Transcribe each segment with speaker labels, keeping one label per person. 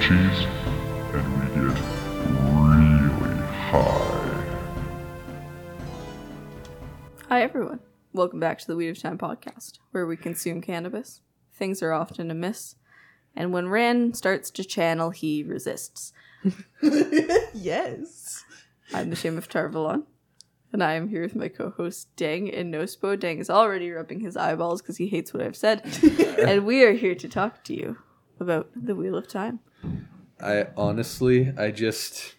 Speaker 1: cheese, and we get really high.
Speaker 2: Hi, everyone. Welcome back to the Weed of Time podcast, where we consume cannabis. Things are often amiss. And when Ran starts to channel, he resists.
Speaker 3: yes.
Speaker 2: I'm the Shame of Tarvalon, and I am here with my co host Dang and Nospo. Dang is already rubbing his eyeballs because he hates what I've said. and we are here to talk to you about the Wheel of Time.
Speaker 4: I honestly, I just,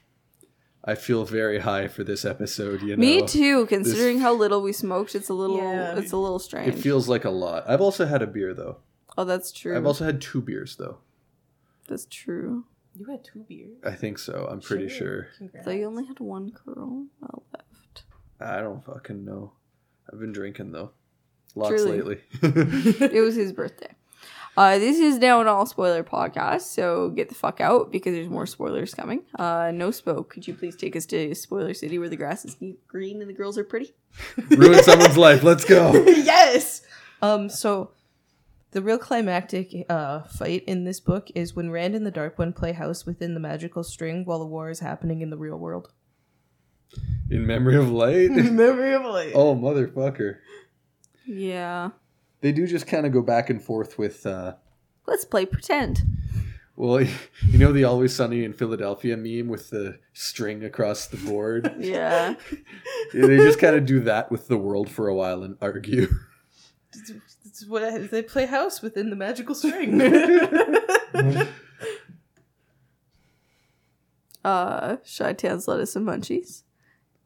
Speaker 4: I feel very high for this episode. You know,
Speaker 2: Me too, considering how little we smoked, it's a little
Speaker 3: Yeah.
Speaker 2: it's a little strange.
Speaker 4: It feels like a lot. I've also had a beer though.
Speaker 2: oh, that's true.
Speaker 4: I've also had two beers though.
Speaker 2: that's true.
Speaker 3: You had two beers.
Speaker 4: I think so. I'm pretty sure.
Speaker 3: Congrats.
Speaker 2: So you only had one curl well, left.
Speaker 4: I don't fucking know. I've been drinking though, lots
Speaker 2: Truly.
Speaker 4: lately.
Speaker 2: it was his birthday. Uh, this is now an all spoiler podcast, so get the fuck out because there's more spoilers coming. Uh, no spoke. Could you please take us to Spoiler City where the grass is neat green and the girls are pretty?
Speaker 4: Ruin someone's life. Let's go.
Speaker 3: yes. Um. So, the real climactic uh fight in this book is when Rand and the Dark One play house within the magical string while the war is happening in the real world.
Speaker 4: In memory of light.
Speaker 3: Memory of light.
Speaker 4: oh motherfucker.
Speaker 2: Yeah.
Speaker 4: They do just kind of go back and forth with. uh
Speaker 2: Let's play pretend.
Speaker 4: well, you know the Always Sunny in Philadelphia meme with the string across the board?
Speaker 2: Yeah.
Speaker 4: Yeah, they just kind of do that with the world for a while and argue.
Speaker 3: It's what I- they play house within the magical string.
Speaker 2: uh, Shy Tans, lettuce, and munchies.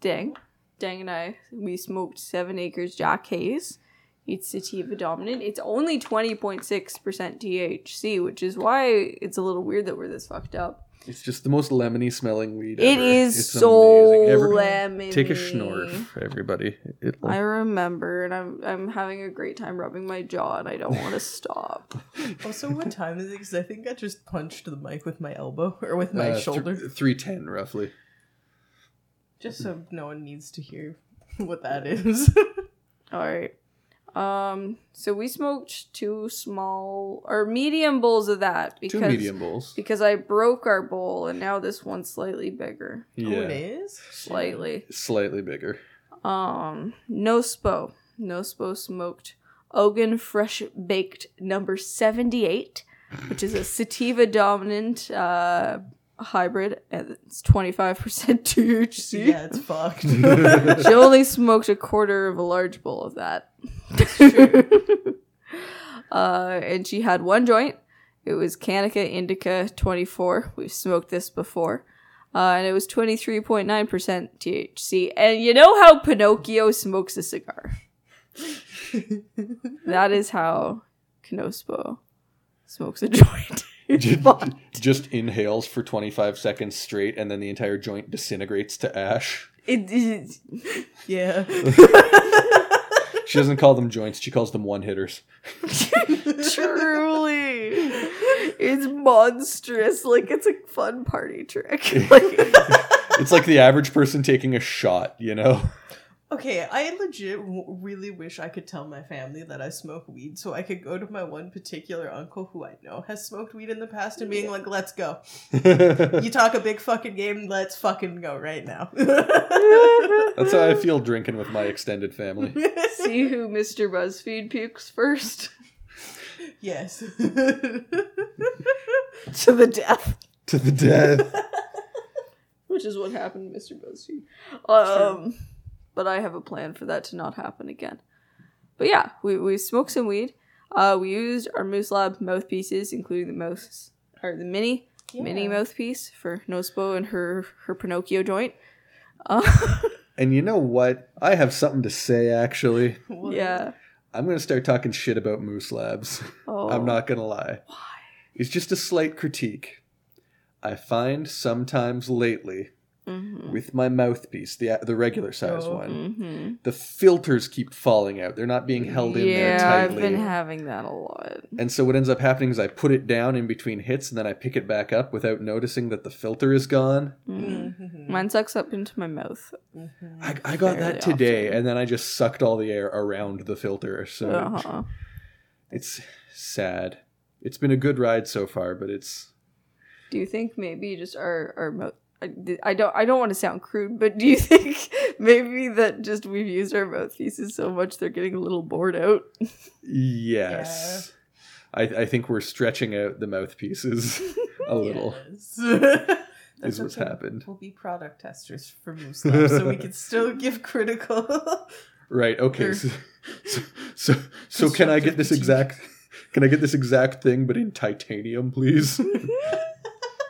Speaker 2: Dang. Dang and I, we smoked seven acres Jack Hayes. It's sativa dominant. It's only 20.6% THC, which is why it's a little weird that we're this fucked up.
Speaker 4: It's just the most lemony smelling weed.
Speaker 2: It
Speaker 4: ever.
Speaker 2: is
Speaker 4: It's
Speaker 2: so
Speaker 4: amazing. Every-
Speaker 2: lemony.
Speaker 4: Take a schnorf, everybody. It'll,
Speaker 2: I remember, and I'm I'm having a great time rubbing my jaw, and I don't want to stop.
Speaker 3: also, what time is it? Because I think I just punched the mic with my elbow or with
Speaker 4: uh,
Speaker 3: my
Speaker 4: th-
Speaker 3: shoulder.
Speaker 4: 310, roughly.
Speaker 3: just so no one needs to hear what that is.
Speaker 2: All right. Um. So we smoked two small or medium bowls of that because
Speaker 4: Two medium bowls.
Speaker 2: because I broke our bowl, and now this one's slightly bigger,
Speaker 3: Oh, it
Speaker 4: yeah.
Speaker 3: is.
Speaker 2: slightly.
Speaker 4: Slightly bigger.
Speaker 2: Um. No spo. No spo smoked. Ogan fresh baked number seventy eight. which is a sativa dominant uh, hybrid, and it's 25% THC.
Speaker 3: Yeah, it's fucked.
Speaker 2: She only smoked a quarter of a large bowl of that. uh, and she had one joint. It was Canica Indica 24. We've smoked this before. Uh, and it was 23.9% THC. And you know how Pinocchio smokes a cigar? that is how Knospo smokes a joint.
Speaker 4: Ju- just inhales for 25 seconds straight, and then the entire joint disintegrates to ash.
Speaker 2: It, it,
Speaker 3: yeah.
Speaker 4: She doesn't call them joints, she calls them one hitters.
Speaker 2: truly it's monstrous like it's a fun party trick like,
Speaker 4: It's like the average person taking a shot, you know?
Speaker 3: Okay, I legit w- really wish I could tell my family that I smoke weed so I could go to my one particular uncle who I know has smoked weed in the past and being like, let's go. You talk a big fucking game, let's fucking go right now.
Speaker 4: That's how I feel drinking with my extended family.
Speaker 2: see who mr buzzfeed pukes first
Speaker 3: yes.
Speaker 2: to the death
Speaker 4: to the death.
Speaker 2: which is what happened to mr buzzfeed um but i have a plan for that to not happen again but yeah we, we smoked some weed uh we used our moose lab mouthpieces including the mouse or the mini mini mouthpiece for Nospo and her her Pinocchio joint. Uh,
Speaker 4: And you know what? I have something to say actually.
Speaker 3: What?
Speaker 2: yeah.
Speaker 4: I'm going to start talking shit about Moose Labs.
Speaker 2: Oh,
Speaker 4: I'm not going to lie. Why? It's just a slight critique. I find sometimes lately
Speaker 2: Mm-hmm.
Speaker 4: with my mouthpiece, the the regular size
Speaker 3: Oh.
Speaker 4: one,
Speaker 2: Mm-hmm.
Speaker 4: the filters keep falling out. They're not being held in there
Speaker 2: Yeah, I've
Speaker 4: tightly.
Speaker 2: been having that a lot.
Speaker 4: and so what ends up happening is I put it down in between hits and then I pick it back up without noticing that the filter is gone.
Speaker 2: Mm.
Speaker 3: Mhm.
Speaker 2: Mine sucks up into my mouth.
Speaker 3: Mhm.
Speaker 4: I, I got
Speaker 2: Fairly
Speaker 4: that today,
Speaker 2: often.
Speaker 4: and then I just sucked all the air around the filter. So
Speaker 2: Uh-huh.
Speaker 4: it's sad. It's been a good ride so far, but it's
Speaker 2: Do you think maybe just our our mo- I I don't I don't want to sound crude, but do you think maybe that just we've used our mouthpieces so much they're getting a little bored out?
Speaker 4: Yes. I, I think we're stretching out the mouthpieces a little,
Speaker 3: Yes. That's
Speaker 4: is what's
Speaker 3: okay.
Speaker 4: happened.
Speaker 3: We'll be product testers for Moose Lab, so we can still give critical.
Speaker 4: Right. Okay.
Speaker 3: Or-
Speaker 4: So, so, so, so can I get this exact? Can I get this exact thing, but in titanium, please?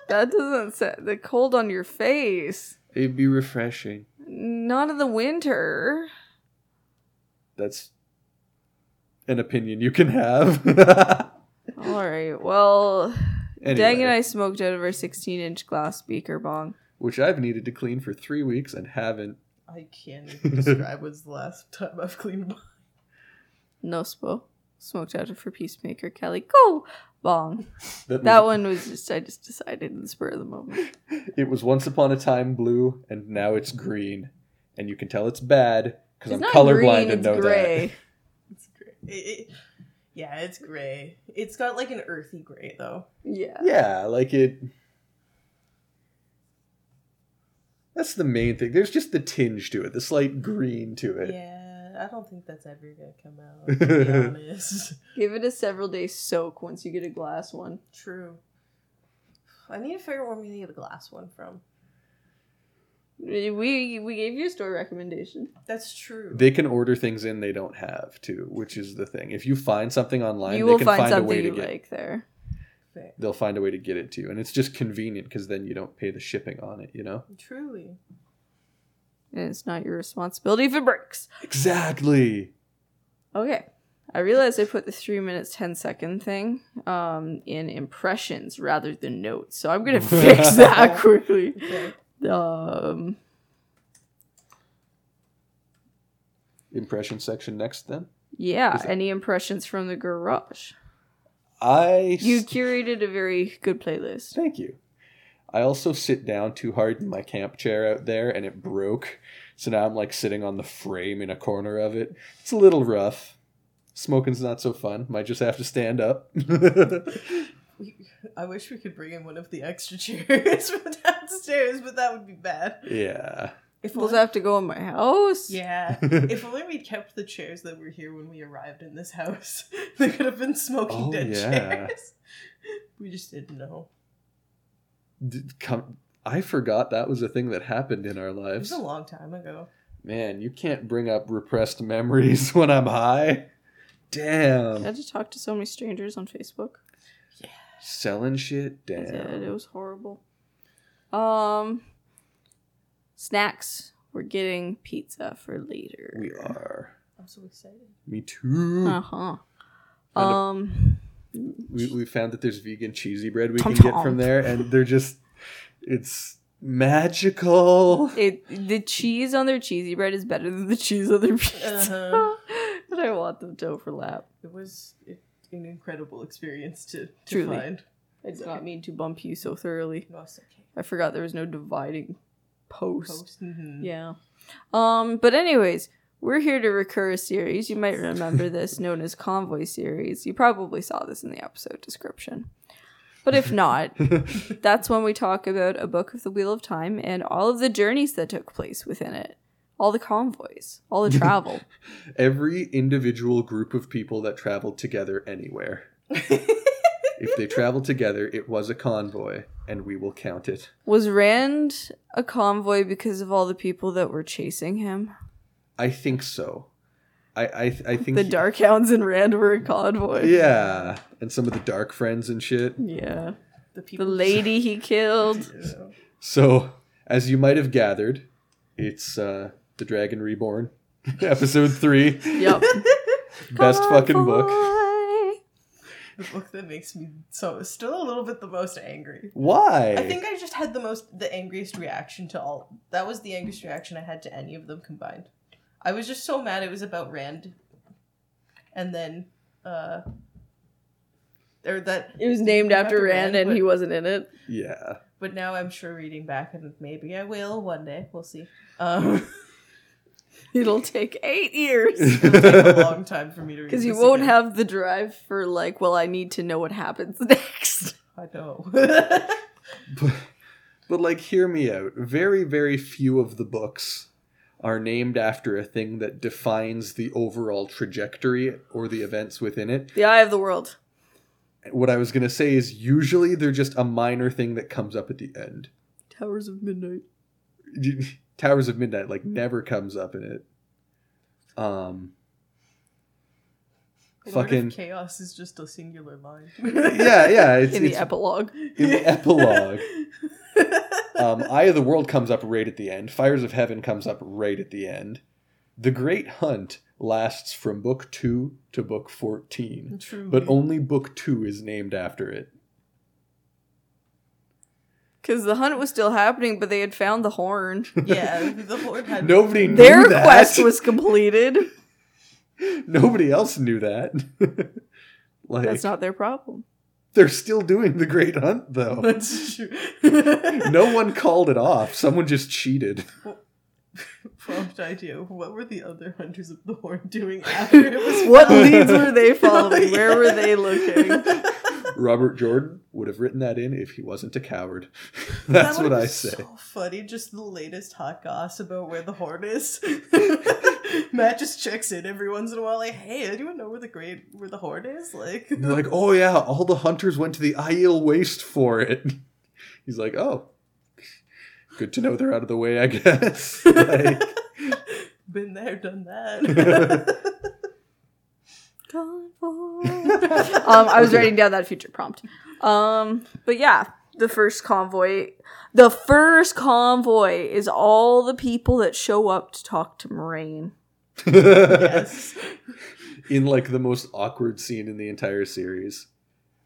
Speaker 2: That doesn't set the cold on your face.
Speaker 4: It'd be refreshing.
Speaker 2: Not in the winter.
Speaker 4: That's an opinion you can have.
Speaker 2: All right. Well, Dang
Speaker 4: anyway,
Speaker 2: and I smoked out of our 16 inch glass beaker bong.
Speaker 4: which I've needed to clean for three weeks and haven't.
Speaker 3: I can't even describe when's the last time I've cleaned. my-
Speaker 2: No spo. Smoked out of her peacemaker Kelly Go bong.
Speaker 4: That,
Speaker 2: That
Speaker 4: was,
Speaker 2: one was just, I just decided in the spur of the moment.
Speaker 4: It was once upon a time blue, and now it's green, and you can tell it's bad because I'm colorblind and know that.
Speaker 3: It's gray. It- it- yeah, it's gray. It's got like an earthy gray though.
Speaker 2: Yeah.
Speaker 4: Yeah, like it. That's the main thing. There's just the tinge to it, the slight green to it.
Speaker 3: Yeah, I don't think that's ever gonna come out. To be honest.
Speaker 2: Give it a several day soak once you get a glass one.
Speaker 3: True. I need to figure out where I'm gonna get a glass one from.
Speaker 2: We we gave you a store recommendation.
Speaker 3: That's true.
Speaker 4: They can order things in they don't have too, which is the thing. If you find something online,
Speaker 2: you
Speaker 4: they
Speaker 2: will
Speaker 4: can
Speaker 2: find,
Speaker 4: find a
Speaker 2: something
Speaker 4: way to
Speaker 2: you
Speaker 4: get.
Speaker 2: like there.
Speaker 3: Fair.
Speaker 4: They'll find a way to get it to you, and it's just convenient because then you don't pay the shipping on it. You know
Speaker 3: Truly.
Speaker 2: And it's not your responsibility if it breaks.
Speaker 4: exactly.
Speaker 2: Okay. I realized I put the three minutes ten second thing um in impressions rather than notes. So I'm gonna fix that quickly.
Speaker 3: Okay.
Speaker 2: Um
Speaker 4: Impression section next, then.
Speaker 2: yeah,
Speaker 4: Is that-
Speaker 2: any impressions from the garage.
Speaker 4: I
Speaker 2: You
Speaker 4: s-
Speaker 2: curated a very good playlist.
Speaker 4: Thank you. I also sit down too hard in my camp chair out there and it broke. So now I'm like sitting on the frame in a corner of it. It's a little rough. Smoking's not so fun. Might just have to stand up.
Speaker 3: We- I wish we could bring in one of the extra chairs from downstairs, but that would be bad.
Speaker 4: yeah.
Speaker 3: If
Speaker 2: We'll
Speaker 3: only-
Speaker 2: have to go in my house.
Speaker 3: yeah. if only we'd kept the chairs that were here when we arrived in this house, they could have been smoking
Speaker 4: Oh,
Speaker 3: dead
Speaker 4: yeah.
Speaker 3: chairs. We just didn't know.
Speaker 4: D- come- I forgot that was a thing that happened in our
Speaker 3: It was
Speaker 4: lives.
Speaker 3: a long time ago.
Speaker 4: Man, you can't bring up repressed memories when I'm high.
Speaker 2: I
Speaker 4: Damn.
Speaker 2: had to talk to so many strangers on Facebook.
Speaker 4: Selling shit?
Speaker 2: I did. It
Speaker 4: Damn.
Speaker 2: was horrible. Um, snacks. We're getting pizza for later.
Speaker 4: We are.
Speaker 3: I'm so excited.
Speaker 4: Me too.
Speaker 2: Uh huh.
Speaker 3: Hmm.
Speaker 4: And a-
Speaker 2: Um,
Speaker 4: we, we found that there's vegan cheesy bread we
Speaker 2: Tom
Speaker 4: can get
Speaker 2: Tom.
Speaker 4: from there and they're just it's magical
Speaker 2: it the cheese on their cheesy bread is better than the cheese on their pizza.
Speaker 3: Uh-huh.
Speaker 2: and I want them to overlap.
Speaker 3: It was it, an incredible experience to, to
Speaker 2: Truly.
Speaker 3: find.
Speaker 2: I did not mean to bump you so thoroughly.
Speaker 3: No, it's okay.
Speaker 2: I forgot there was no dividing post.
Speaker 3: Post. mhm.
Speaker 2: Yeah. Um, but anyways, we're here to recur a series. You might remember this known as Convoy series. You probably saw this in the episode description. But if not, that's when we talk about a book of the Wheel of Time and all of the journeys that took place within it. All the convoys, all the travel.
Speaker 4: every individual group of people that traveled together anywhere if they traveled together it was a convoy and we will count it
Speaker 2: Was Rand a convoy because of all the people that were chasing him?
Speaker 4: i think so i i, I think
Speaker 2: The
Speaker 4: he-
Speaker 2: Darkhounds and Rand were a convoy.
Speaker 4: yeah and some of the dark friends and shit
Speaker 2: Yeah. The
Speaker 3: The people.
Speaker 2: lady he killed.
Speaker 3: Yeah.
Speaker 4: so as you might have gathered it's uh the dragon reborn episode 3
Speaker 2: Yep.
Speaker 4: best fucking book
Speaker 2: Convoy.
Speaker 3: The book that makes me so still a little bit the most angry.
Speaker 4: why
Speaker 3: I think I just had the most the angriest reaction to all. That was the angriest reaction I had to any of them combined. I was just so mad it was about Rand, and then uh, or that.
Speaker 2: It was named after Rand, and he
Speaker 3: but-
Speaker 2: wasn't in it.
Speaker 4: yeah
Speaker 3: But now I'm sure reading back, and maybe I will one day. We'll see. Um,
Speaker 2: It'll take eight years
Speaker 3: it'll take a long time for me to read
Speaker 2: because you
Speaker 3: this
Speaker 2: won't
Speaker 3: again.
Speaker 2: have the drive for like. Well, I need to know what happens next.
Speaker 3: I know.
Speaker 4: but, but like hear me out very very few of the books are named after a thing that defines the overall trajectory or the events within it
Speaker 2: The Eye of the World.
Speaker 4: what i was going to say is usually they're just a minor thing that comes up at the end
Speaker 2: Towers of Midnight.
Speaker 4: towers of midnight like never comes up in it um
Speaker 3: Lord
Speaker 4: Fucking-
Speaker 3: of chaos is just a singular line.
Speaker 4: yeah yeah it's,
Speaker 2: in the
Speaker 4: it's
Speaker 2: epilogue.
Speaker 4: in the epilogue um, Eye of the World comes up right at the end. Fires of Heaven comes up right at the end. The Great Hunt lasts from book two to book 14,
Speaker 3: True.
Speaker 4: but only book two is named after it.
Speaker 2: Because the hunt was still happening, but they had found the horn.
Speaker 3: yeah, the Lord had
Speaker 4: Nobody knew
Speaker 2: Their
Speaker 4: that.
Speaker 2: quest was completed.
Speaker 4: Nobody else knew that. like,
Speaker 2: That's not their problem.
Speaker 4: they're still doing the Great Hunt, though.
Speaker 3: That's true.
Speaker 4: no one called it off. Someone just cheated.
Speaker 3: Prompt idea. What were the other hunters of the horn doing after it was?
Speaker 2: What
Speaker 3: found?
Speaker 2: leads were they following?
Speaker 3: Oh,
Speaker 2: Where were they looking?
Speaker 4: Robert Jordan would have written that in if he wasn't a coward.
Speaker 3: That
Speaker 4: That's
Speaker 3: would've
Speaker 4: what I
Speaker 3: been
Speaker 4: say.
Speaker 3: So funny, just the latest hot goss about where the horn is. Matt just checks in every once in a while, like, "Hey, anyone know where the great where the horn is?" Like,
Speaker 4: And they're like, oh yeah, all the hunters went to the Aiel Waste for it. He's like, oh, good to know they're out of the way, I guess. Like,
Speaker 3: been there, done that.
Speaker 2: Gone for- um, I was
Speaker 4: Okay.
Speaker 2: writing down that future prompt. Um, but yeah, the first convoy, the first convoy is all the people that show up to talk to Moraine.
Speaker 3: yes.
Speaker 4: In like the most awkward scene in the entire series.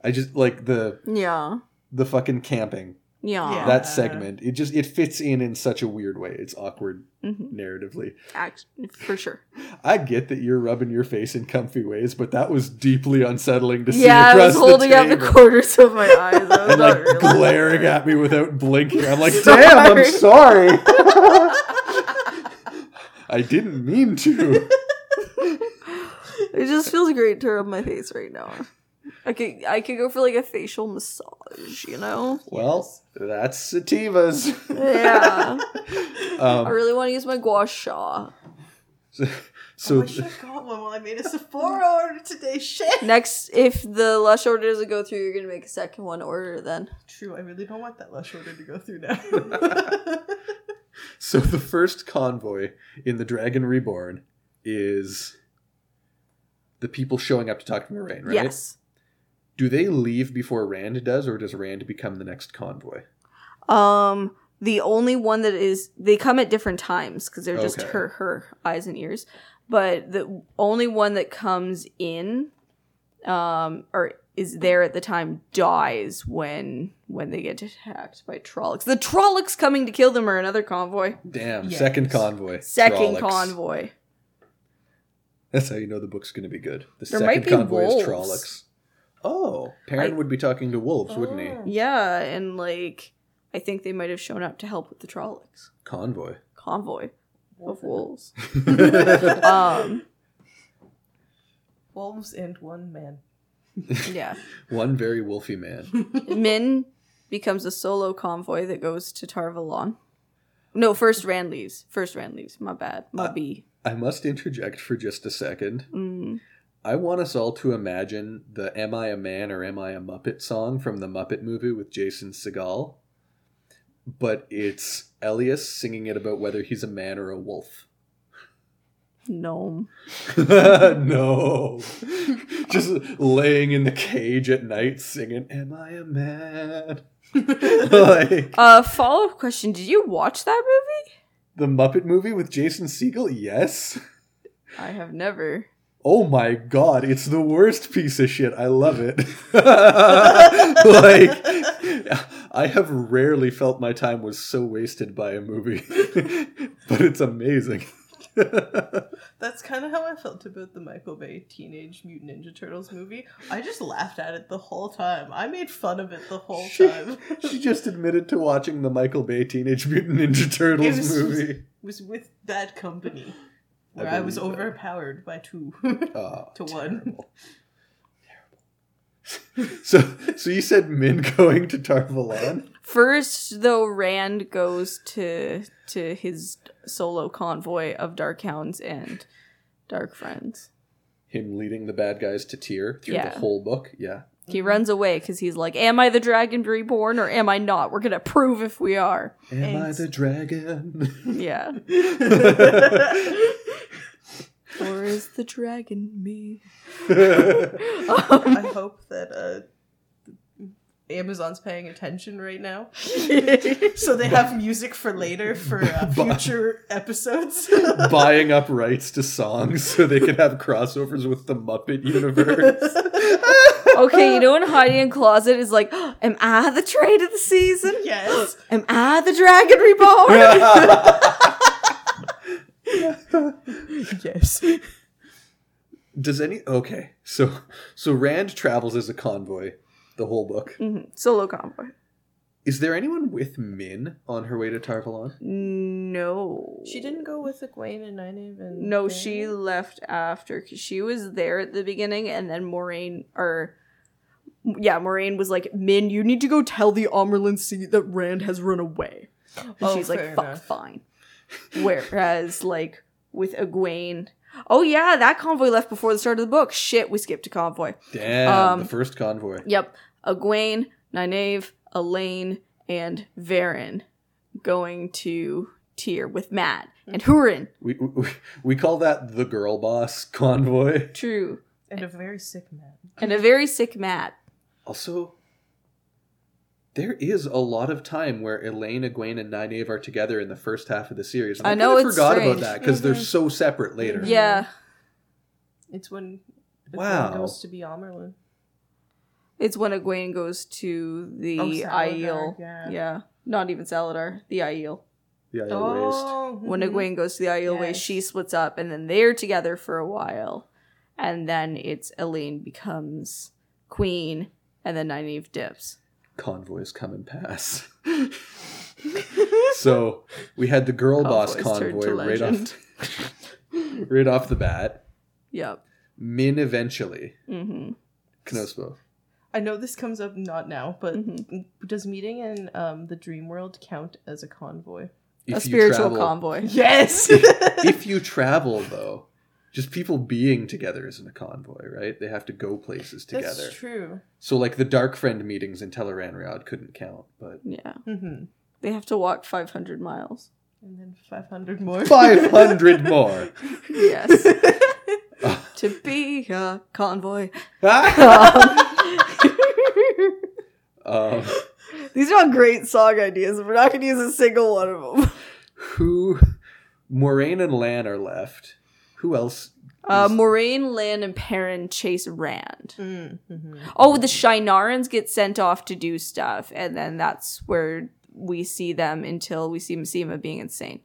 Speaker 4: I just like the
Speaker 2: Yeah,
Speaker 4: the fucking camping.
Speaker 2: yeah,
Speaker 3: Yeah.
Speaker 4: That segment. It just it fits in in such a weird way. It's awkward
Speaker 2: Mhm.
Speaker 4: narratively.
Speaker 2: Act- for sure.
Speaker 4: I get that you're rubbing your face in comfy ways, but that was deeply unsettling to see
Speaker 2: yeah, I
Speaker 4: across
Speaker 2: was holding
Speaker 4: the
Speaker 2: out
Speaker 4: table.
Speaker 2: the corners of my eyes. I was not
Speaker 4: and like
Speaker 2: realizing.
Speaker 4: glaring at me without blinking. I'm like, damn, I'm sorry. I didn't mean to.
Speaker 2: It just feels great to rub my face right now. I could I could go for like a facial massage, you know?
Speaker 4: Well, that's sativas.
Speaker 2: Yeah. I
Speaker 4: Um,
Speaker 2: really want to use my gua sha.
Speaker 4: so,
Speaker 3: So
Speaker 4: so
Speaker 3: I should have got one while I made a Sephora order today. Shit.
Speaker 2: Next, if the lush order doesn't go through, you're gonna make a second one order then.
Speaker 3: True. I really don't want that lush order to go through now.
Speaker 4: so the first convoy in the Dragon Reborn is the people showing up to talk to Moraine, right?
Speaker 2: Yes.
Speaker 4: Do they leave before Rand does, or does Rand become the next convoy?
Speaker 2: Um the only one that is they come at different times because they're just
Speaker 4: Okay.
Speaker 2: her her eyes and ears. But the only one that comes in um or is there at the time dies when when they get attacked by Trollocs. The Trollocs coming to kill them are another convoy.
Speaker 4: Damn,
Speaker 3: Yes.
Speaker 4: second convoy.
Speaker 2: Second
Speaker 4: Trollocs.
Speaker 2: convoy.
Speaker 4: That's how you know the book's going to be good. The
Speaker 2: There
Speaker 4: second
Speaker 2: might be
Speaker 4: convoy
Speaker 2: wolves.
Speaker 4: is Trollocs. Oh, Perrin
Speaker 2: I-
Speaker 4: would be talking to wolves, wouldn't he?
Speaker 3: Oh.
Speaker 2: Yeah, and like I think they might have shown up to help with the Trollocs.
Speaker 4: Convoy.
Speaker 2: Convoy
Speaker 3: Oh.
Speaker 2: of wolves.
Speaker 4: That's
Speaker 2: um
Speaker 3: Wolves and one man.
Speaker 2: yeah.
Speaker 4: One very wolfy man.
Speaker 2: Min becomes a solo convoy that goes to Tarvalon. No, first Rand leaves. First Rand leaves. My bad. My
Speaker 4: Uh,
Speaker 2: B.
Speaker 4: I must interject for just a second.
Speaker 2: Mm.
Speaker 4: I want us all to imagine the Am I a Man or Am I a Muppet song from the Muppet movie with Jason Segal. But it's Elias singing it about whether he's a man or a wolf.
Speaker 2: Gnome.
Speaker 4: no. Just laying in the cage at night singing, Am I a man? like,
Speaker 2: Uh, follow up question. Did you watch that movie?
Speaker 4: the Muppet movie with Jason Segel? Yes.
Speaker 2: I have never.
Speaker 4: Oh my god, it's the worst piece of shit. I love it. like, I have rarely felt my time was so wasted by a movie, but it's amazing.
Speaker 3: That's kind of how I felt about the Michael Bay Teenage Mutant Ninja Turtles movie. I just laughed at it the whole time. I made fun of it the whole
Speaker 4: She-
Speaker 3: time.
Speaker 4: she just admitted to watching the Michael Bay Teenage Mutant Ninja Turtles
Speaker 3: It was-
Speaker 4: movie.
Speaker 3: was with that company
Speaker 4: I
Speaker 3: where I, was
Speaker 4: believe that.
Speaker 3: overpowered by two.
Speaker 4: Oh,
Speaker 3: To one.
Speaker 4: terrible. so, so you said Min going to Tarvalon?
Speaker 2: First, though, Rand goes to to his solo convoy of dark hounds and dark friends.
Speaker 4: Him leading the bad guys to tear through
Speaker 2: Yeah.
Speaker 4: the whole book. Yeah.
Speaker 2: He runs away because he's like, "Am I the dragon reborn or am I not? We're gonna prove if we are."
Speaker 4: Am I
Speaker 3: Eggs.
Speaker 4: the dragon?
Speaker 2: Yeah. or is the dragon me? Um,
Speaker 3: I hope that uh, Amazon's paying attention right now, so they have music for later for uh,
Speaker 4: Bu-
Speaker 3: future episodes.
Speaker 4: Buying up rights to songs so they could have crossovers with the Muppet universe.
Speaker 2: okay, you know when Heidi in Closet is like, "Am I the trade of the season?
Speaker 3: yes,
Speaker 2: Am I the dragon reborn?"
Speaker 3: yes.
Speaker 4: Does any okay? So so Rand travels as a convoy the whole book.
Speaker 2: Mhm, Solo convoy.
Speaker 4: Is there anyone with Min on her way to Tarvalon?
Speaker 2: No.
Speaker 3: She didn't go with Egwene and Nynaeve and
Speaker 2: No,
Speaker 3: Dany?
Speaker 2: she left after 'cause she was there at the beginning, and then Moraine or yeah, Moraine was like, "Min, you need to go tell the Omerlin sea that Rand has run away." And
Speaker 3: Oh,
Speaker 2: she's like,
Speaker 3: fair
Speaker 2: "Fuck,
Speaker 3: enough.
Speaker 2: fine." Whereas like with Egwene, oh yeah, that convoy left before the start of the book. Shit, we skipped a convoy.
Speaker 4: Damn, the
Speaker 2: Um,
Speaker 4: first convoy.
Speaker 2: Yep, Egwene, Nynaeve, Elaine, and Varen going to Tyr with Matt and Hurin.
Speaker 4: We, we we call that the girl boss convoy.
Speaker 2: True.
Speaker 3: and a very sick man.
Speaker 2: and a very sick Matt.
Speaker 4: Also, there is a lot of time where Elaine, Egwene, and Nynaeve are together in the first half of the series. And
Speaker 2: I know,
Speaker 4: kinda
Speaker 2: it's
Speaker 4: forgot
Speaker 2: strange.
Speaker 4: about that because they're
Speaker 3: Mhm.
Speaker 4: so separate later.
Speaker 3: Yeah.
Speaker 2: Yeah,
Speaker 3: It's when Egwene
Speaker 4: Wow.
Speaker 3: goes to be Omerlin.
Speaker 2: it's when Egwene goes to the
Speaker 3: Oh, Saladar,
Speaker 2: Aiel.
Speaker 3: yeah.
Speaker 2: Yeah. not even Saladar, the Aiel.
Speaker 4: Yeah, yeah, waste.
Speaker 3: Oh,
Speaker 2: When
Speaker 3: mhm.
Speaker 2: Egwene goes to the Aiel way,
Speaker 3: Yes.
Speaker 2: she splits up, and then they're together for a while, and then it's Elaine becomes queen, and then Nynaeve dips.
Speaker 4: Convoys come and pass. so we had the girl boss
Speaker 2: Convoys turned
Speaker 4: convoy
Speaker 2: to
Speaker 4: right off,
Speaker 2: legend.
Speaker 4: right off the bat.
Speaker 2: Yep.
Speaker 4: Min eventually.
Speaker 2: Mm-hmm.
Speaker 4: Knospo.
Speaker 3: I know this comes up not now, but
Speaker 2: Mhm.
Speaker 3: does meeting in um, the dream world count as a convoy?
Speaker 2: A
Speaker 4: If you
Speaker 2: spiritual
Speaker 4: travel-
Speaker 2: convoy.
Speaker 3: Yes.
Speaker 4: if you travel though, just people being together isn't a convoy, right? They have to go places together.
Speaker 3: That's true.
Speaker 4: So like the dark friend meetings in Teleranriod couldn't count, but
Speaker 2: Yeah,
Speaker 3: Mm-hmm.
Speaker 2: they have to walk 500 miles.
Speaker 3: And then 500 more. Mm-hmm.
Speaker 4: 500 more.
Speaker 2: Yes, to be a convoy.
Speaker 4: um,
Speaker 2: These are all great song ideas, but we're not going to use a single one of them.
Speaker 4: who Moraine and Lan are left. Who else?
Speaker 2: Uh, Moraine, Lan, and Perrin chase Rand.
Speaker 3: Mm-hmm.
Speaker 2: Oh, the Shinarans get sent off to do stuff, and then that's where we see them until we see Masima being insane.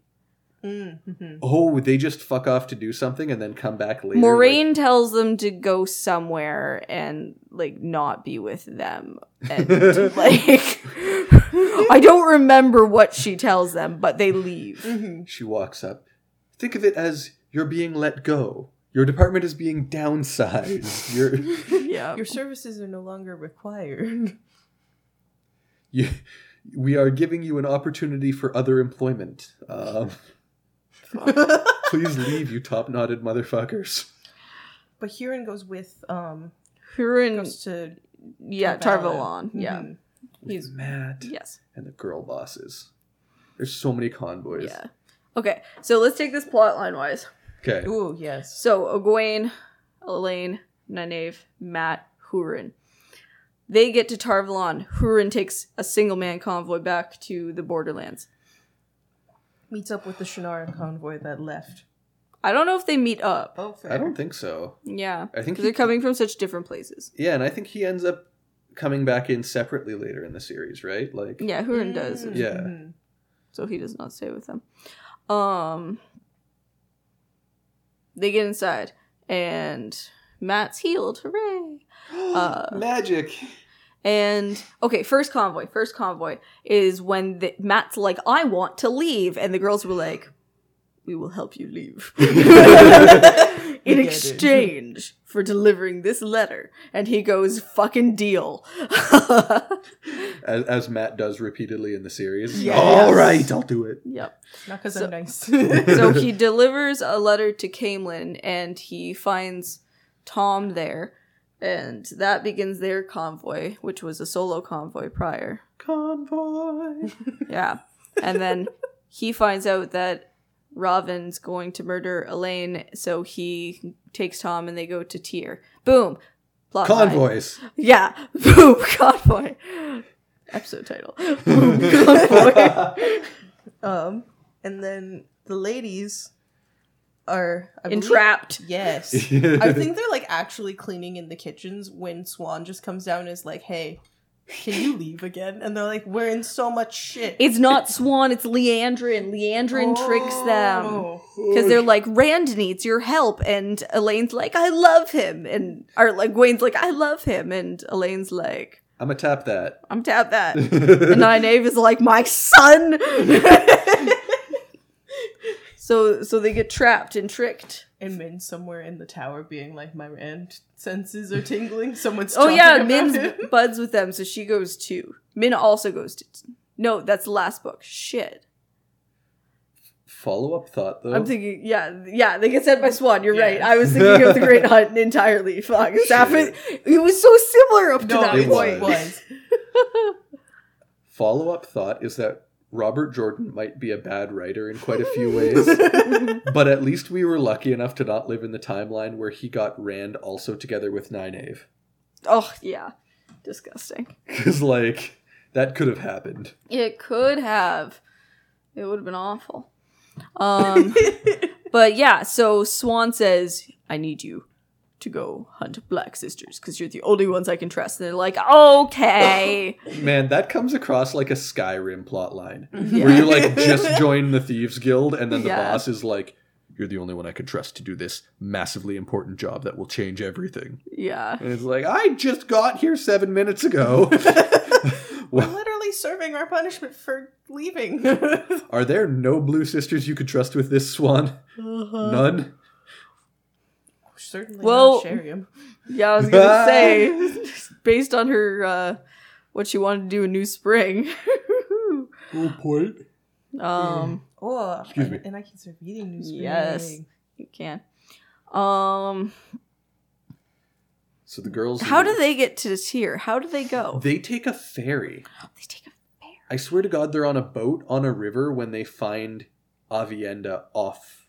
Speaker 3: Mm-hmm.
Speaker 4: Oh, they just fuck off to do something and then come back later.
Speaker 2: Moraine tells them to go somewhere and like not be with them, and like I don't remember what she tells them, but they leave.
Speaker 3: Mm-hmm.
Speaker 4: Like, she walks up. Think of it as you're being let go. Your department is being downsized. You're
Speaker 2: yeah,
Speaker 3: Your services are no longer required.
Speaker 4: you, we are giving you an opportunity for other employment. Um,
Speaker 3: but
Speaker 4: please leave, you top knotted motherfuckers.
Speaker 3: Huron goes with, um,
Speaker 2: Hurin,
Speaker 3: goes to.
Speaker 2: Mm. yeah, Tarvalon, yeah,
Speaker 3: Mhm.
Speaker 2: he's
Speaker 4: Matt
Speaker 2: yes.
Speaker 4: and the girl bosses. There's so many convoys.
Speaker 2: Yeah. Okay, so let's take this plot line wise.
Speaker 4: Okay.
Speaker 3: Ooh, yes.
Speaker 2: So Egwene, Elaine, Nynaeve, Matt, Hurin. They get to Tarvalon. Hurin takes a single man convoy back to the borderlands.
Speaker 3: Meets up with the Shannara convoy that left.
Speaker 2: I don't know if they meet up.
Speaker 3: Oh, fair.
Speaker 4: I don't think so.
Speaker 2: Yeah.
Speaker 4: I
Speaker 2: Because
Speaker 4: think he-
Speaker 2: they're coming from such different places.
Speaker 4: Yeah, and I think he ends up coming back in separately later in the series, right? Like
Speaker 2: Yeah,
Speaker 3: Mm.
Speaker 2: Hurin does.
Speaker 4: Yeah.
Speaker 3: Mhm.
Speaker 2: So he does not stay with them. Um They get inside and Matt's healed. Hooray. Uh,
Speaker 4: magic.
Speaker 2: And okay, first convoy, first convoy is when the, Matt's like, I want to leave. And the girls were like, We will help you leave. in
Speaker 3: Yeah, dude.
Speaker 2: exchange for delivering this letter. And he goes, fucking deal.
Speaker 4: as, as Matt does repeatedly in the series.
Speaker 3: Yes.
Speaker 4: All right, I'll do it.
Speaker 2: yep.
Speaker 3: Not because
Speaker 2: So-
Speaker 3: I'm nice.
Speaker 2: So he delivers a letter to Camelin and he finds Tom there. And that begins their convoy, which was a solo convoy prior.
Speaker 4: Convoy.
Speaker 2: Yeah. And then he finds out that Robin's going to murder Elaine, so he takes Tom and they go to Tyr. Boom. Plot line.
Speaker 4: Convoys.
Speaker 2: Yeah. Boom. Convoy. Episode title. Boom. Convoy.
Speaker 3: um, and then the ladies are I believe-
Speaker 2: Entrapped.
Speaker 3: Yes. I think they're like actually cleaning in the kitchens when Swan just comes down and is like, "Hey, can you leave again?" And they're like, "We're in so much shit."
Speaker 2: It's not Swan, it's Leandrin. Leandrin
Speaker 3: Oh,
Speaker 2: tricks them. Because they're like, Rand needs your help. And Elaine's like, I love him. And, or like, Wayne's like, I love him. And Elaine's like,
Speaker 4: I'm gonna tap that.
Speaker 2: I'm tap that. and Nine Ave is like my son. so so they get trapped and tricked.
Speaker 3: And Min somewhere in the tower being like, "My rand senses are tingling. Someone's
Speaker 2: Oh yeah,
Speaker 3: Min's
Speaker 2: Min's buds with them, so she goes too. Min also goes to. No, that's the last book. Shit.
Speaker 4: Follow up thought though.
Speaker 2: I'm thinking, yeah, yeah, they get sent by Swan. You're
Speaker 3: Yeah.
Speaker 2: right. I was thinking of the Great Hunt entirely. Fuck, it's happened. It was so similar up to
Speaker 3: no,
Speaker 2: that
Speaker 4: it
Speaker 3: it
Speaker 2: point.
Speaker 3: was.
Speaker 4: was. Follow up thought is that Robert Jordan might be a bad writer in quite a few ways, but at least we were lucky enough to not live in the timeline where he got Rand also together with Nine Ave.
Speaker 2: Oh yeah, disgusting.
Speaker 4: Because like that could have happened.
Speaker 2: It could have. It would have been awful. Um, but yeah, so Swan says, I need you to go hunt Black Sisters because you're the only ones I can trust. And they're like, okay.
Speaker 4: Man, that comes across like a Skyrim plotline where
Speaker 2: yeah.
Speaker 4: you like just join the Thieves Guild and then the
Speaker 2: Yeah.
Speaker 4: boss is like, "You're the only one I could trust to do this massively important job that will change everything."
Speaker 2: yeah.
Speaker 4: And it's like, "I just got here 7 minutes ago."
Speaker 3: We're
Speaker 4: Well,
Speaker 3: literally serving our punishment for leaving.
Speaker 4: are there no blue sisters you could trust with this swan?
Speaker 2: Uh,
Speaker 3: Uh-huh.
Speaker 4: None.
Speaker 3: Certainly,
Speaker 2: Well-
Speaker 3: not Sherium.
Speaker 2: Yeah, I was going to say, based on her, uh, what she wanted to do in New Spring.
Speaker 4: Cool point.
Speaker 2: um,
Speaker 3: Oh,
Speaker 4: Excuse me.
Speaker 3: And I can start reading news.
Speaker 2: Yes. you can. Um,
Speaker 4: So the girls
Speaker 2: how do they get to this here? How do they go?
Speaker 4: They take a ferry.
Speaker 2: They take a
Speaker 4: I swear to God, they're on a boat on a river when they find Avienda off.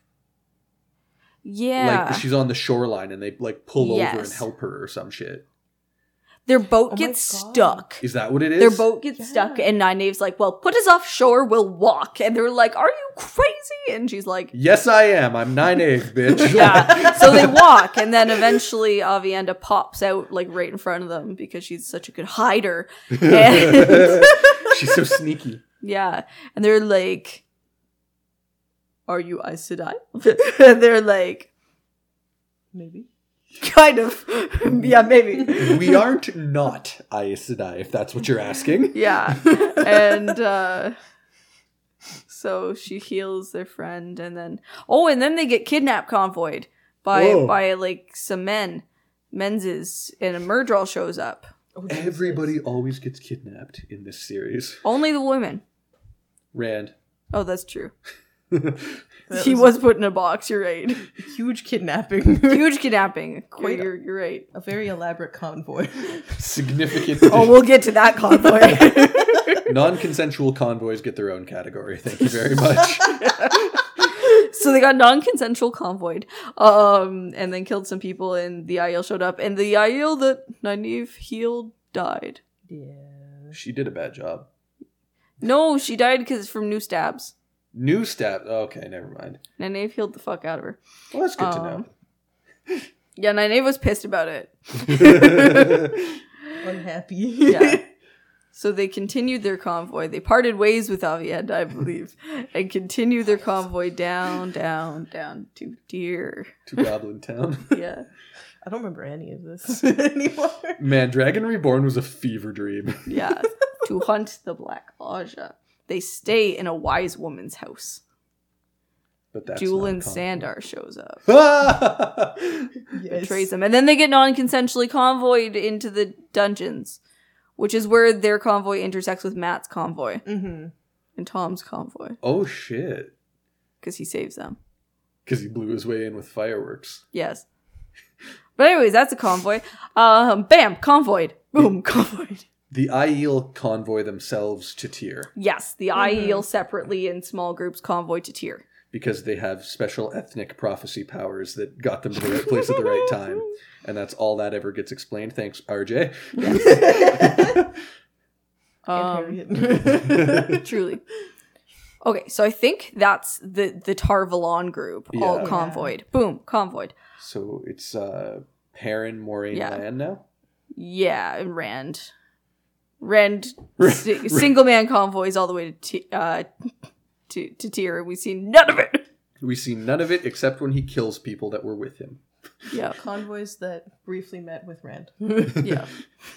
Speaker 2: yeah.
Speaker 4: Like she's on the shoreline and they like pull over and
Speaker 2: Yes.
Speaker 4: help her or some shit.
Speaker 2: Their boat
Speaker 3: Oh my
Speaker 2: gets
Speaker 3: God.
Speaker 2: stuck.
Speaker 4: Is that what it is?
Speaker 2: Their boat gets
Speaker 3: Yeah.
Speaker 2: stuck, and Nine Nave's like, "Well, put us offshore. We'll walk." And they're like, "Are you crazy?" And she's like,
Speaker 4: Yes, I am. I'm nine egg, bitch.
Speaker 2: "Yeah." so they walk, and then eventually Avienda pops out like right in front of them because she's such a good hider. And-
Speaker 4: she's so sneaky.
Speaker 2: yeah, and they're like, "Are you Aes Sedai?" and they're like,
Speaker 3: Maybe.
Speaker 2: "Kind of, yeah, maybe."
Speaker 4: We aren't not Aes Sedai, if that's what you're asking.
Speaker 2: Yeah. and uh so she heals their friend and then oh and then they get kidnapped convoyed by
Speaker 4: Whoa.
Speaker 2: by like some men menzies and a murdral shows up
Speaker 3: Oh, Jesus.
Speaker 4: Everybody always gets kidnapped in this series.
Speaker 2: only the women
Speaker 4: Rand.
Speaker 2: oh that's true
Speaker 3: That
Speaker 2: he was put in a box you're right
Speaker 3: a huge kidnapping.
Speaker 2: huge kidnapping Quite,
Speaker 3: Quite a-
Speaker 2: you're, you're right
Speaker 3: a very elaborate convoy.
Speaker 4: Significant.
Speaker 2: oh we'll get to that convoy
Speaker 4: Non consensual convoys get their own category. Thank you very much.
Speaker 2: so they got non-consensual convoyed um and then killed some people and the Aiel showed up and the Aiel that Nynaeve healed died
Speaker 3: yeah.
Speaker 4: she did a bad job.
Speaker 2: No, she died because from new stabs.
Speaker 4: New stab. Okay, never mind.
Speaker 2: Nynaeve healed the fuck out of her.
Speaker 4: Well, that's good
Speaker 2: Um, Yeah, Nynaeve was pissed about it.
Speaker 4: to know.
Speaker 3: Unhappy.
Speaker 2: Yeah. so they continued their convoy. They parted ways with Avienda, I believe, and continued their convoy down, down, down to Deer.
Speaker 4: to Goblin Town.
Speaker 2: Yeah.
Speaker 3: I don't remember any of this anymore.
Speaker 4: Man, Dragon Reborn was a fever dream.
Speaker 2: Yeah. to hunt the Black Aja. They stay in a wise woman's house.
Speaker 4: But that's
Speaker 2: Julian
Speaker 4: Sandar.
Speaker 2: Sandar shows up,
Speaker 3: Yes.
Speaker 2: betrays them, and then they get non-consensually convoyed into the dungeons, which is where their convoy intersects with Matt's convoy
Speaker 3: Mm-hmm.
Speaker 2: and Tom's convoy
Speaker 4: oh shit!
Speaker 2: because he saves them.
Speaker 4: Because he blew his way in with fireworks.
Speaker 2: Yes. But anyways, that's a convoy. Um, bam, convoyed. Boom, convoyed.
Speaker 4: The Aiel convoy themselves to Tyr
Speaker 2: Yes, the
Speaker 3: Mhm.
Speaker 2: IEL separately in small groups convoy to tier.
Speaker 4: because they have special ethnic prophecy powers that got them to the right place at the right time, and that's all that ever gets explained. Thanks, RJ.
Speaker 3: Mm-hmm.
Speaker 2: Um,
Speaker 3: period.
Speaker 2: truly. Okay, so I think that's the the Tarvalon group,
Speaker 4: Yeah.
Speaker 2: all
Speaker 4: Yeah.
Speaker 2: convoyed. Boom, convoyed.
Speaker 4: so it's uh, Perrin, Moraine,
Speaker 2: Yeah.
Speaker 4: Land now.
Speaker 2: Yeah, and Rand. Rand, si- single man convoys all the way to t- uh, to to tier. We've seen none of it.
Speaker 4: We see none of it except when he kills people that were with him.
Speaker 2: Yeah,
Speaker 3: Convoys that briefly met with Rand.
Speaker 2: yeah.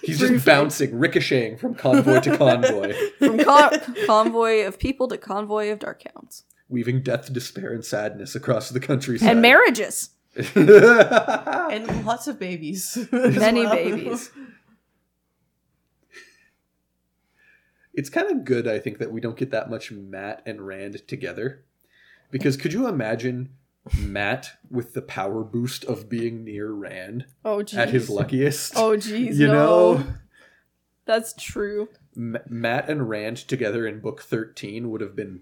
Speaker 4: He's just bouncing, ricocheting from convoy to convoy,
Speaker 2: From con- convoy of people to convoy of dark hounds
Speaker 4: weaving death, despair, and sadness across the countryside.
Speaker 2: and marriages.
Speaker 3: and lots of babies. as
Speaker 2: Many
Speaker 3: well.
Speaker 2: babies.
Speaker 4: it's kind of good, I think, that we don't get that much Matt and Rand together. Because could you imagine Matt with the power boost of being near Rand
Speaker 2: Oh jeez.
Speaker 4: at his luckiest?
Speaker 2: Oh jeez.
Speaker 4: you
Speaker 2: no.
Speaker 4: know,
Speaker 2: That's true.
Speaker 4: M- Matt and Rand together in book 13 would have been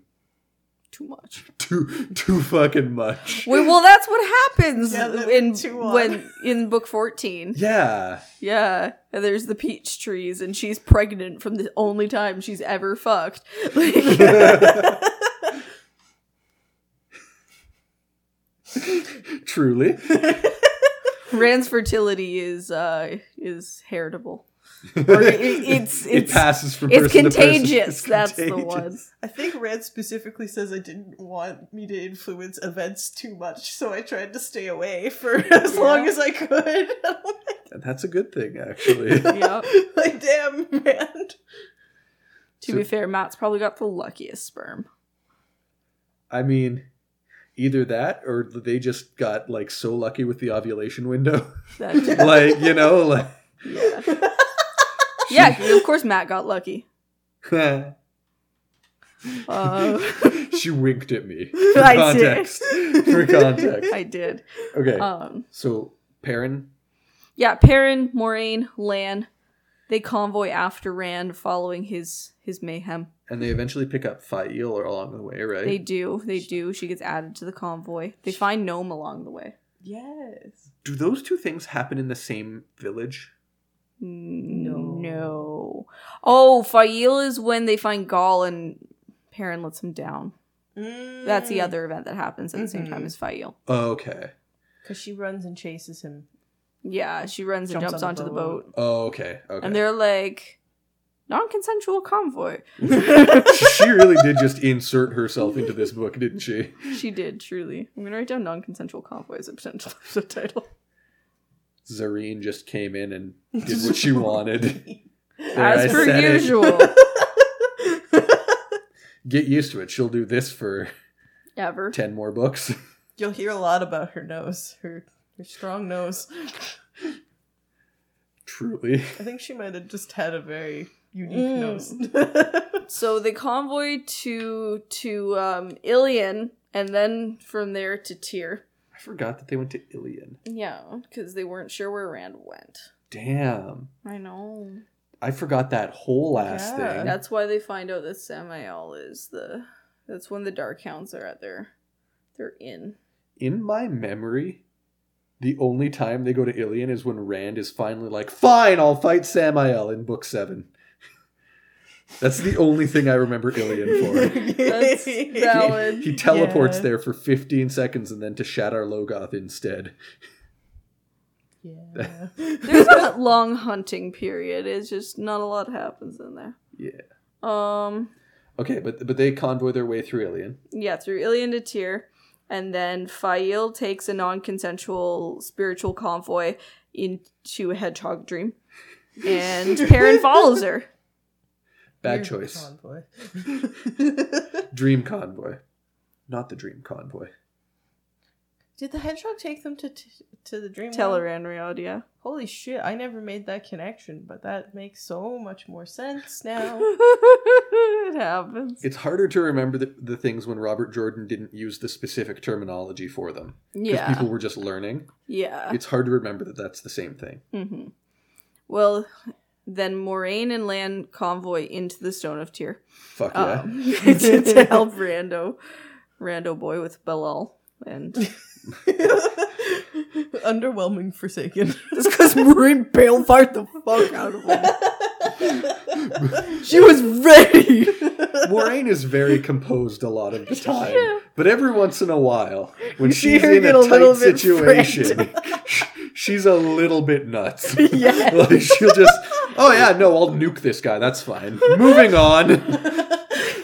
Speaker 2: Too much.
Speaker 4: too too fucking much.
Speaker 2: Wait, well, that's what happens
Speaker 3: Yeah, the
Speaker 2: in
Speaker 3: two on.
Speaker 2: when in book fourteen.
Speaker 4: Yeah.
Speaker 2: Yeah, and there's the peach trees, and she's pregnant from the only time she's ever fucked. Like,
Speaker 4: Truly.
Speaker 2: Rand's fertility is uh is heritable. Or it, it's
Speaker 4: it
Speaker 2: it's
Speaker 4: passes from
Speaker 2: it's
Speaker 4: person to person.
Speaker 2: contagious.
Speaker 4: It's
Speaker 2: That's the
Speaker 4: contagious.
Speaker 2: one.
Speaker 3: I think Rand specifically says I didn't want me to influence events too much, so I tried to stay away for as
Speaker 2: Yeah.
Speaker 3: long as I could.
Speaker 4: And that's a good thing, actually.
Speaker 2: Yep.
Speaker 3: like, damn, Rand.
Speaker 2: To be fair, Matt's probably got the luckiest sperm.
Speaker 4: I mean, either that or they just got like so lucky with the ovulation window.
Speaker 2: That too.
Speaker 4: like, you know, like
Speaker 2: Yeah. yeah, of course Matt got lucky. Uh,
Speaker 4: she winked at me. For
Speaker 2: I did.
Speaker 4: context. For context.
Speaker 2: I did.
Speaker 4: Okay.
Speaker 2: Um,
Speaker 4: so Perrin,
Speaker 2: yeah, Perrin, Moraine, Lan, they convoy after Rand following his his mayhem.
Speaker 4: and they eventually pick up Fael or along the way, right?
Speaker 2: They do, they do. She gets added to the convoy. They find Gnome along the way.
Speaker 3: Yes.
Speaker 4: do those two things happen in the same village?
Speaker 2: No. No. Oh, Fail is when they find Gaul and Perrin lets him down.
Speaker 3: Mm.
Speaker 2: That's the other event that happens at the same time
Speaker 3: Mhm.
Speaker 2: as Fail.
Speaker 4: Okay.
Speaker 3: Because she runs and chases him.
Speaker 2: Yeah, she runs and
Speaker 3: Jumps
Speaker 2: jumps
Speaker 3: on the
Speaker 2: onto the
Speaker 3: boat.
Speaker 2: boat.
Speaker 4: Oh, okay. Okay.
Speaker 2: And they're like, non consensual convoy.
Speaker 4: she really did just insert herself into this book, didn't she?
Speaker 2: she did, truly. I'm going to write down non consensual convoy as a potential episode title.
Speaker 4: Zareen just came in and did what she wanted. There,
Speaker 2: as
Speaker 4: I
Speaker 2: per
Speaker 4: said it.
Speaker 2: usual.
Speaker 4: Get used to it. She'll do this for
Speaker 2: Ever.
Speaker 4: 10 more books.
Speaker 3: You'll hear a lot about her nose, her her strong nose.
Speaker 4: Truly.
Speaker 3: I think she might have just had a very unique
Speaker 2: Mm.
Speaker 3: nose.
Speaker 2: So they convoy to to um, Ilion and then from there to Tyr.
Speaker 4: I forgot that they went to Ilion.
Speaker 2: Yeah, because they weren't sure where Rand went.
Speaker 4: Damn.
Speaker 2: I know.
Speaker 4: I forgot that whole ass
Speaker 3: Yeah.
Speaker 4: thing.
Speaker 2: That's why they find out that Samael is the. That's when the Dark Hounds are at their, their inn.
Speaker 4: In my memory, the only time they go to Ilion is when Rand is finally like, fine, I'll fight Samael in book seven. That's the only thing I remember Ilion for.
Speaker 2: That's valid.
Speaker 4: He teleports
Speaker 3: Yeah.
Speaker 4: there for 15 seconds and then to Shadar Logoth instead.
Speaker 3: Yeah.
Speaker 2: There's a long hunting period. It's just not a lot happens in there.
Speaker 4: Yeah.
Speaker 2: Um.
Speaker 4: Okay, but but they convoy their way through Ilion.
Speaker 2: Yeah, through Ilion to Tyr, and then Fael takes a non-consensual spiritual convoy into a hedgehog dream, and Perrin follows her.
Speaker 4: Bad
Speaker 3: Weird
Speaker 4: choice.
Speaker 3: convoy.
Speaker 4: dream convoy. Not the dream convoy.
Speaker 3: Did the hedgehog take them to t- to the dream? world?
Speaker 2: Teleran reality, yeah.
Speaker 3: Holy shit! I never made that connection, but that makes so much more sense now.
Speaker 2: it happens.
Speaker 4: It's harder to remember the, the things when Robert Jordan didn't use the specific terminology for them. Because
Speaker 2: Yeah.
Speaker 4: people were just learning.
Speaker 2: Yeah.
Speaker 4: It's hard to remember that that's the same thing.
Speaker 2: hmm Well, then Moraine and Lan convoy into the Stone of Tyr
Speaker 4: Fuck yeah.
Speaker 2: um, to, to help Rando, Rando boy with Belal. And
Speaker 3: Underwhelming, forsaken.
Speaker 2: just because Moraine bail fired the fuck out of him, she was ready.
Speaker 4: Moraine is very composed a lot of the time,
Speaker 2: Yeah.
Speaker 4: but every once in a while, when
Speaker 2: You see
Speaker 4: she's
Speaker 2: her
Speaker 4: in a
Speaker 2: get a
Speaker 4: tight
Speaker 2: little bit
Speaker 4: situation, sh- she's a little bit nuts.
Speaker 2: Yes.
Speaker 4: like she'll just, oh yeah, no, I'll nuke this guy. That's fine. Moving on.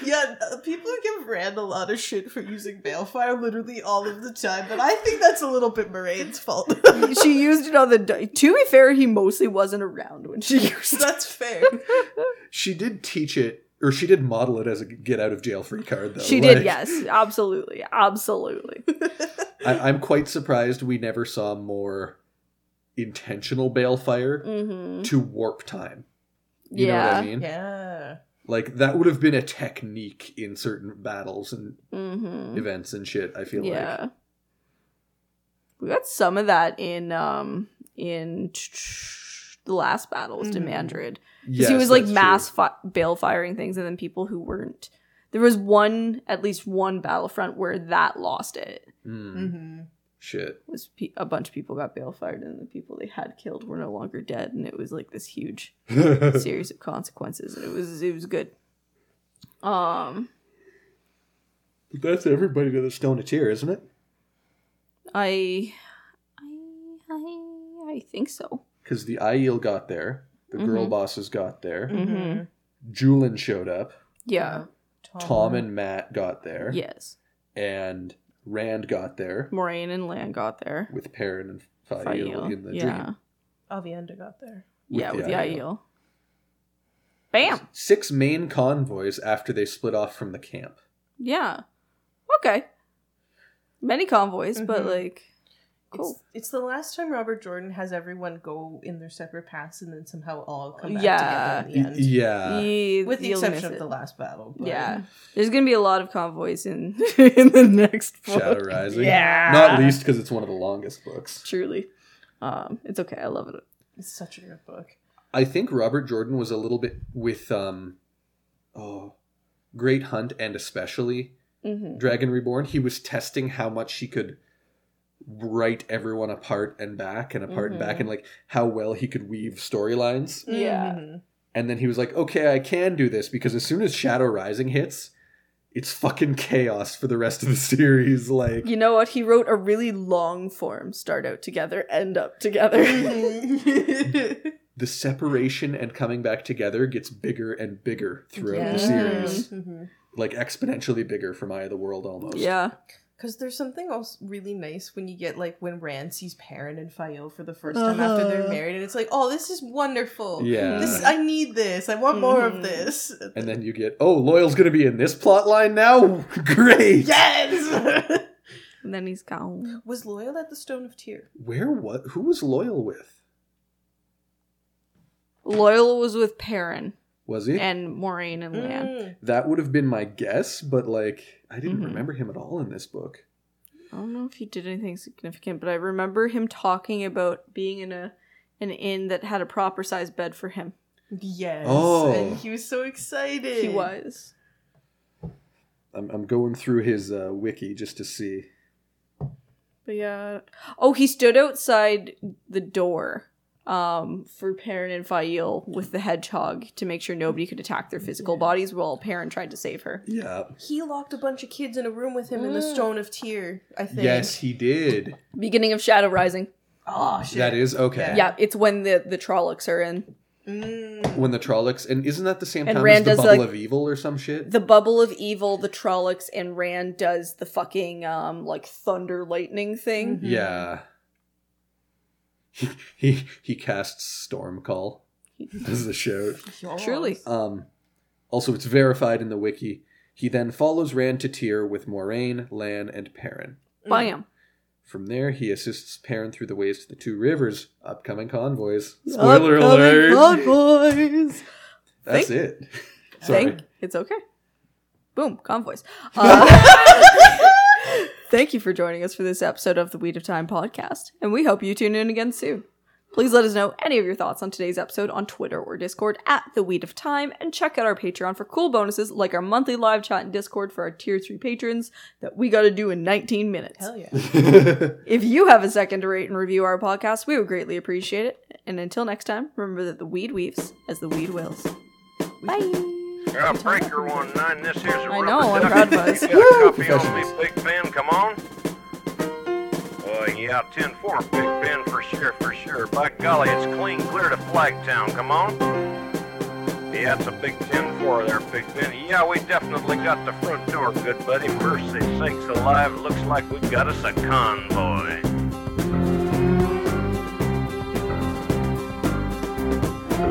Speaker 3: yeah, uh, people give Rand a lot of shit for using balefire literally all of the time, but I think that's a little bit Moraine's fault.
Speaker 2: she used it on the. di- To be fair, he mostly wasn't around when she used it.
Speaker 3: that's fair.
Speaker 4: She did teach it, or she did model it as a get out of jail free card, though.
Speaker 2: She
Speaker 4: Like,
Speaker 2: did, yes, absolutely, absolutely.
Speaker 4: I, I'm quite surprised we never saw more intentional balefire
Speaker 2: hmm
Speaker 4: to warp time. You know what
Speaker 2: Yeah.
Speaker 4: I mean?
Speaker 3: Yeah.
Speaker 4: Like that would have been a technique in certain battles and
Speaker 2: hmm
Speaker 4: events and shit. I feel
Speaker 2: Yeah.
Speaker 4: like
Speaker 2: We got some of that in um in the last battle with
Speaker 3: Mhm.
Speaker 4: Mm-hmm.
Speaker 2: Demandrid. 'Cause
Speaker 4: yes,
Speaker 2: he was like
Speaker 4: that's true.
Speaker 2: mass fi- bail firing things and then people who weren't. There was one, at least one battlefront where that lost it.
Speaker 4: Mm,
Speaker 3: Mm-hmm.
Speaker 4: Shit,
Speaker 2: Was pe- a bunch of people got bail fired and the people they had killed were no longer dead and it was like this huge series of consequences. It was it was good. Um,
Speaker 4: that's everybody to the stone of tear, isn't it?
Speaker 2: I, I, I, I think so.
Speaker 4: Because the Aiel got there, the girl
Speaker 2: Mhm.
Speaker 4: bosses got there,
Speaker 2: Mm-hmm. Oh,
Speaker 4: Julian showed up,
Speaker 2: Yeah.
Speaker 4: Tom and Matt got there,
Speaker 2: Yes.
Speaker 4: and Rand got there
Speaker 2: Moraine and Lan got there.
Speaker 4: with Perrin and
Speaker 2: Mm. Fael.
Speaker 4: Fael in the
Speaker 2: yeah.
Speaker 4: dream.
Speaker 3: Avienda got there.
Speaker 2: yeah, with the
Speaker 4: Aiel.
Speaker 2: Aiel. Bam.
Speaker 4: Six main convoys after they split off from the camp.
Speaker 2: Yeah. Okay. Many convoys, but
Speaker 3: Mhm.
Speaker 2: like cool.
Speaker 3: It's, it's the last time Robert Jordan has everyone go in their separate paths and then somehow all come back
Speaker 2: Yeah.
Speaker 3: together in the end.
Speaker 4: yeah.
Speaker 2: Ye-
Speaker 3: uh, With the
Speaker 2: you'll
Speaker 3: exception
Speaker 2: miss
Speaker 3: of
Speaker 2: it.
Speaker 3: the last battle. but-
Speaker 2: Yeah. There's gonna be a lot of convoys in in the next book.
Speaker 4: Shadow Rising.
Speaker 3: Yeah.
Speaker 4: Not least because it's one of the longest books.
Speaker 2: Truly. Um, it's okay. I love it.
Speaker 3: It's such a good book.
Speaker 4: I think Robert Jordan was a little bit with um oh Great Hunt and especially
Speaker 2: Mm-hmm.
Speaker 4: Dragon Reborn, he was testing how much he could write everyone apart and back and apart and back
Speaker 3: Mhm.
Speaker 4: and like how well he could weave storylines.
Speaker 2: Yeah.
Speaker 3: Mhm.
Speaker 4: And then he was like, "Okay, I can do this because as soon as Shadow Rising hits, it's fucking chaos for the rest of the series like
Speaker 2: You know what? He wrote a really long form. Start out together, end up
Speaker 3: Mm-hmm.
Speaker 2: together.
Speaker 4: the separation and coming back together gets bigger and bigger throughout the
Speaker 2: Yes.
Speaker 4: series.
Speaker 3: Mhm.
Speaker 4: like exponentially bigger from Eye of the World almost.
Speaker 2: yeah.
Speaker 3: Because there's something else really nice when you get like when Rand sees Perrin and Fael for the 1st time after they're
Speaker 2: Uh-huh.
Speaker 3: married, and it's like, oh, this is wonderful.
Speaker 4: Yeah.
Speaker 3: This I need this. I want more
Speaker 2: Mhm.
Speaker 3: of this.
Speaker 4: Uh-huh. Mm-hmm. and then you get, oh, Loyal's gonna be in this plot line now? Great!
Speaker 3: yes.
Speaker 2: And then he's gone.
Speaker 3: was loyal at the Stone of Tear.
Speaker 4: Where what who was Loyal with?
Speaker 2: Loyal was with Perrin
Speaker 4: Was
Speaker 3: Mm-hmm.
Speaker 4: he?
Speaker 2: and Moraine and Lan.
Speaker 3: Mm.
Speaker 4: that would have been my guess, but like I didn't
Speaker 2: Mhm.
Speaker 4: remember him at all in this book.
Speaker 2: I don't know if he did anything significant, but I remember him talking about being in a an inn that had a proper sized bed for him.
Speaker 3: Yes.
Speaker 4: Oh.
Speaker 3: And he was so excited.
Speaker 2: He was.
Speaker 4: I'm, I'm going through his uh, wiki just to see.
Speaker 2: But yeah. Oh, he stood outside the door um for Perrin and Fael with the hedgehog to make sure nobody could attack their physical bodies while Perrin tried to save her.
Speaker 4: Yeah.
Speaker 3: He locked a bunch of kids in a room with him in the
Speaker 2: Mm.
Speaker 3: Stone of Tear, I think.
Speaker 4: Yes, he did.
Speaker 2: Beginning of Shadow Rising.
Speaker 3: Oh, shit.
Speaker 4: That is okay.
Speaker 3: Yeah.
Speaker 2: Yeah, it's when the the Trollocs are in.
Speaker 3: Mm.
Speaker 4: When the Trollocs and isn't that the same
Speaker 2: And
Speaker 4: time
Speaker 2: Rand
Speaker 4: as
Speaker 2: does,
Speaker 4: the Bubble
Speaker 2: like-
Speaker 4: of Evil or some shit?
Speaker 2: the bubble of evil, the Trollocs, and Rand does the fucking um like thunder lightning thing.
Speaker 3: Mhm.
Speaker 4: Yeah. He, he he casts storm call as the shout.
Speaker 3: Yes.
Speaker 2: Truly.
Speaker 4: Um, also, it's verified in the wiki. He then follows Rand to Tyr with Moraine, Lan, and Perrin.
Speaker 3: Mm.
Speaker 2: Bam.
Speaker 4: From there, he assists Perrin through the ways to the two rivers, upcoming convoys.
Speaker 2: Upcoming Convoys.
Speaker 4: That's
Speaker 2: Thank-
Speaker 4: it. Sorry.
Speaker 2: Thank, it's okay. Boom, convoys. Uh, thank you for joining us for this episode of the Weed of Time podcast, and we hope you tune in again soon. Please let us know any of your thoughts on today's episode on Twitter or Discord at the Weed of Time, and check out our Patreon for cool bonuses like our monthly live chat and Discord for our Tier 3 patrons that we gotta do in 19 minutes.
Speaker 3: Hell yeah.
Speaker 2: If you have a second to rate and review our podcast, we would greatly appreciate it. And until next time, remember that the weed weaves as the weed wills. Bye.
Speaker 5: Yeah, Breaker one nine. This here's a
Speaker 2: I
Speaker 5: rubber
Speaker 2: know, I'm
Speaker 5: duck.
Speaker 2: proud of us.
Speaker 5: You got a copy on me,
Speaker 4: Professionals.
Speaker 5: Big Ben. Come on. Uh, yeah, ten four, Big Ben, for sure, for sure. By golly, it's clean, clear to Flagtown. Come on. Yeah, it's a big 10-4 there, Big Ben. Yeah, we definitely got the front door, good buddy. Mercy sakes alive, looks like we got us a convoy.
Speaker 6: It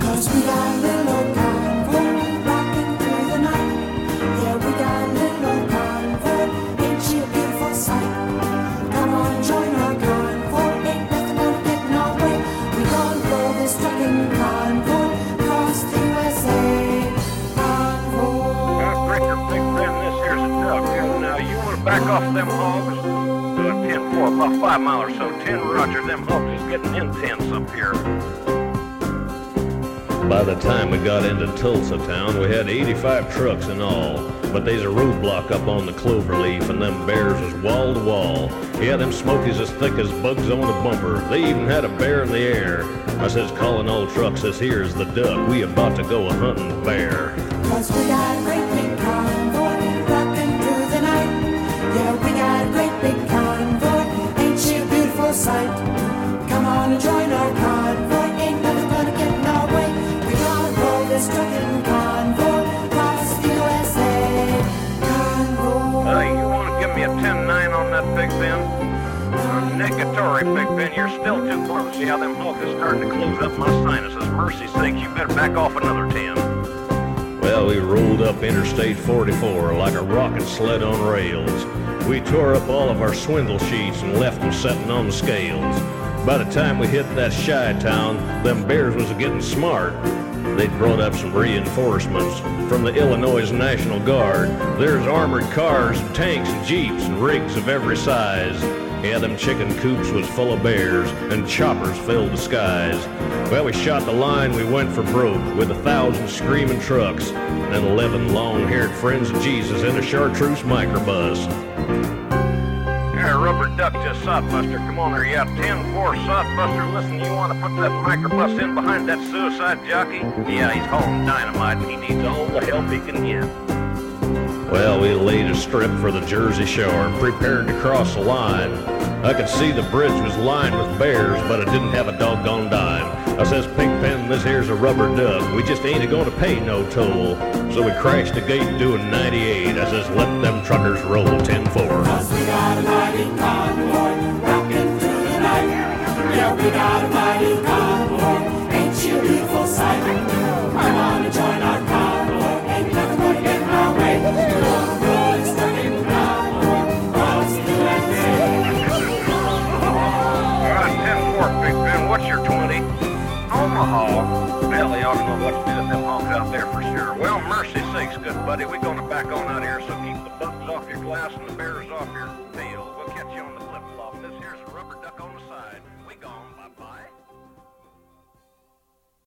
Speaker 7: Cause we got little convoy rocking through the night. Yeah, we got little convoy. Ain't she a beautiful sight? Come on, join our convoy. Ain't nothing gonna get in our way. We gon' blow this trucking convoy across the USA. Convoy.
Speaker 5: Uh, Breaker, Big Ben, this here's a duck. And uh, you want to back off them hogs? Uh, 10 4, about 5 mile or so. 10 Roger, them hogs is getting intense up here.
Speaker 6: By the time we got into Tulsa town, we had 85 trucks in all. But they's a roadblock up on the cloverleaf, and them bears was wall to wall. Yeah, them smokies as thick as bugs on a bumper. They even had a bear in the air. I says, calling all trucks, this here's the duck. We about to go a hunting bear.
Speaker 7: Cause we got a great big convoy rocking through the night. Yeah, we got a great big convoy. Ain't she a beautiful sight? Come on and join our convoy. Ain't nothing gonna get in our way. We gonna roll this trucking convoy across the USA. Convoy.
Speaker 5: Uh, you want to give me a 10 9 on that, Big Ben? Uh, Negatory, Big Ben, you're still too close. See how them hogs is starting to close up my sinuses. Mercy sakes, you better back off another 10.
Speaker 6: Well, we rolled up Interstate 44 like a rocket sled on rails. We tore up all of our swindle sheets and left them setting on the scales. By the time we hit that shy town, them bears was getting smart. They'd brought up some reinforcements from the Illinois National Guard. There's armored cars, tanks, jeeps, and rigs of every size. Yeah, them chicken coops was full of bears, and choppers filled the skies. Well, we shot the line, we went for broke, with a thousand screaming trucks, and eleven long-haired friends of Jesus in a chartreuse microbus.
Speaker 5: Yeah, rubber duck to Sodbuster. Come on there, yeah. 10 4 Sodbuster. Listen, you want to put that microbus in behind that suicide jockey? Yeah, he's hauling dynamite and he needs all the help he can get.
Speaker 6: Well, we laid a strip for the Jersey Shore and prepared to cross the line. I could see the bridge was lined with bears, but I didn't have a doggone dime. I says, Pigpen, this here's a rubber duck. We just ain't gonna pay no toll. So we crashed the gate doing 98. I says, let them truckers roll 10-4.
Speaker 7: Cause we got a mighty convoy rocking through the night. Yeah, we got a mighty convoy. Ain't she a beautiful sight? Come on and join our convoy. Ain't nothing gonna get in our way. We'll roll and stuck in the convoy. Cross the
Speaker 5: All right, 10 4, Big Ben. What's your 20? Omaha. Well, they ought to know what to do with them honks out there for sure. Well, mercy sakes, good buddy. We're going to back on out here, so keep the buttons off your glass and the bears off your tail. We'll catch you on the flip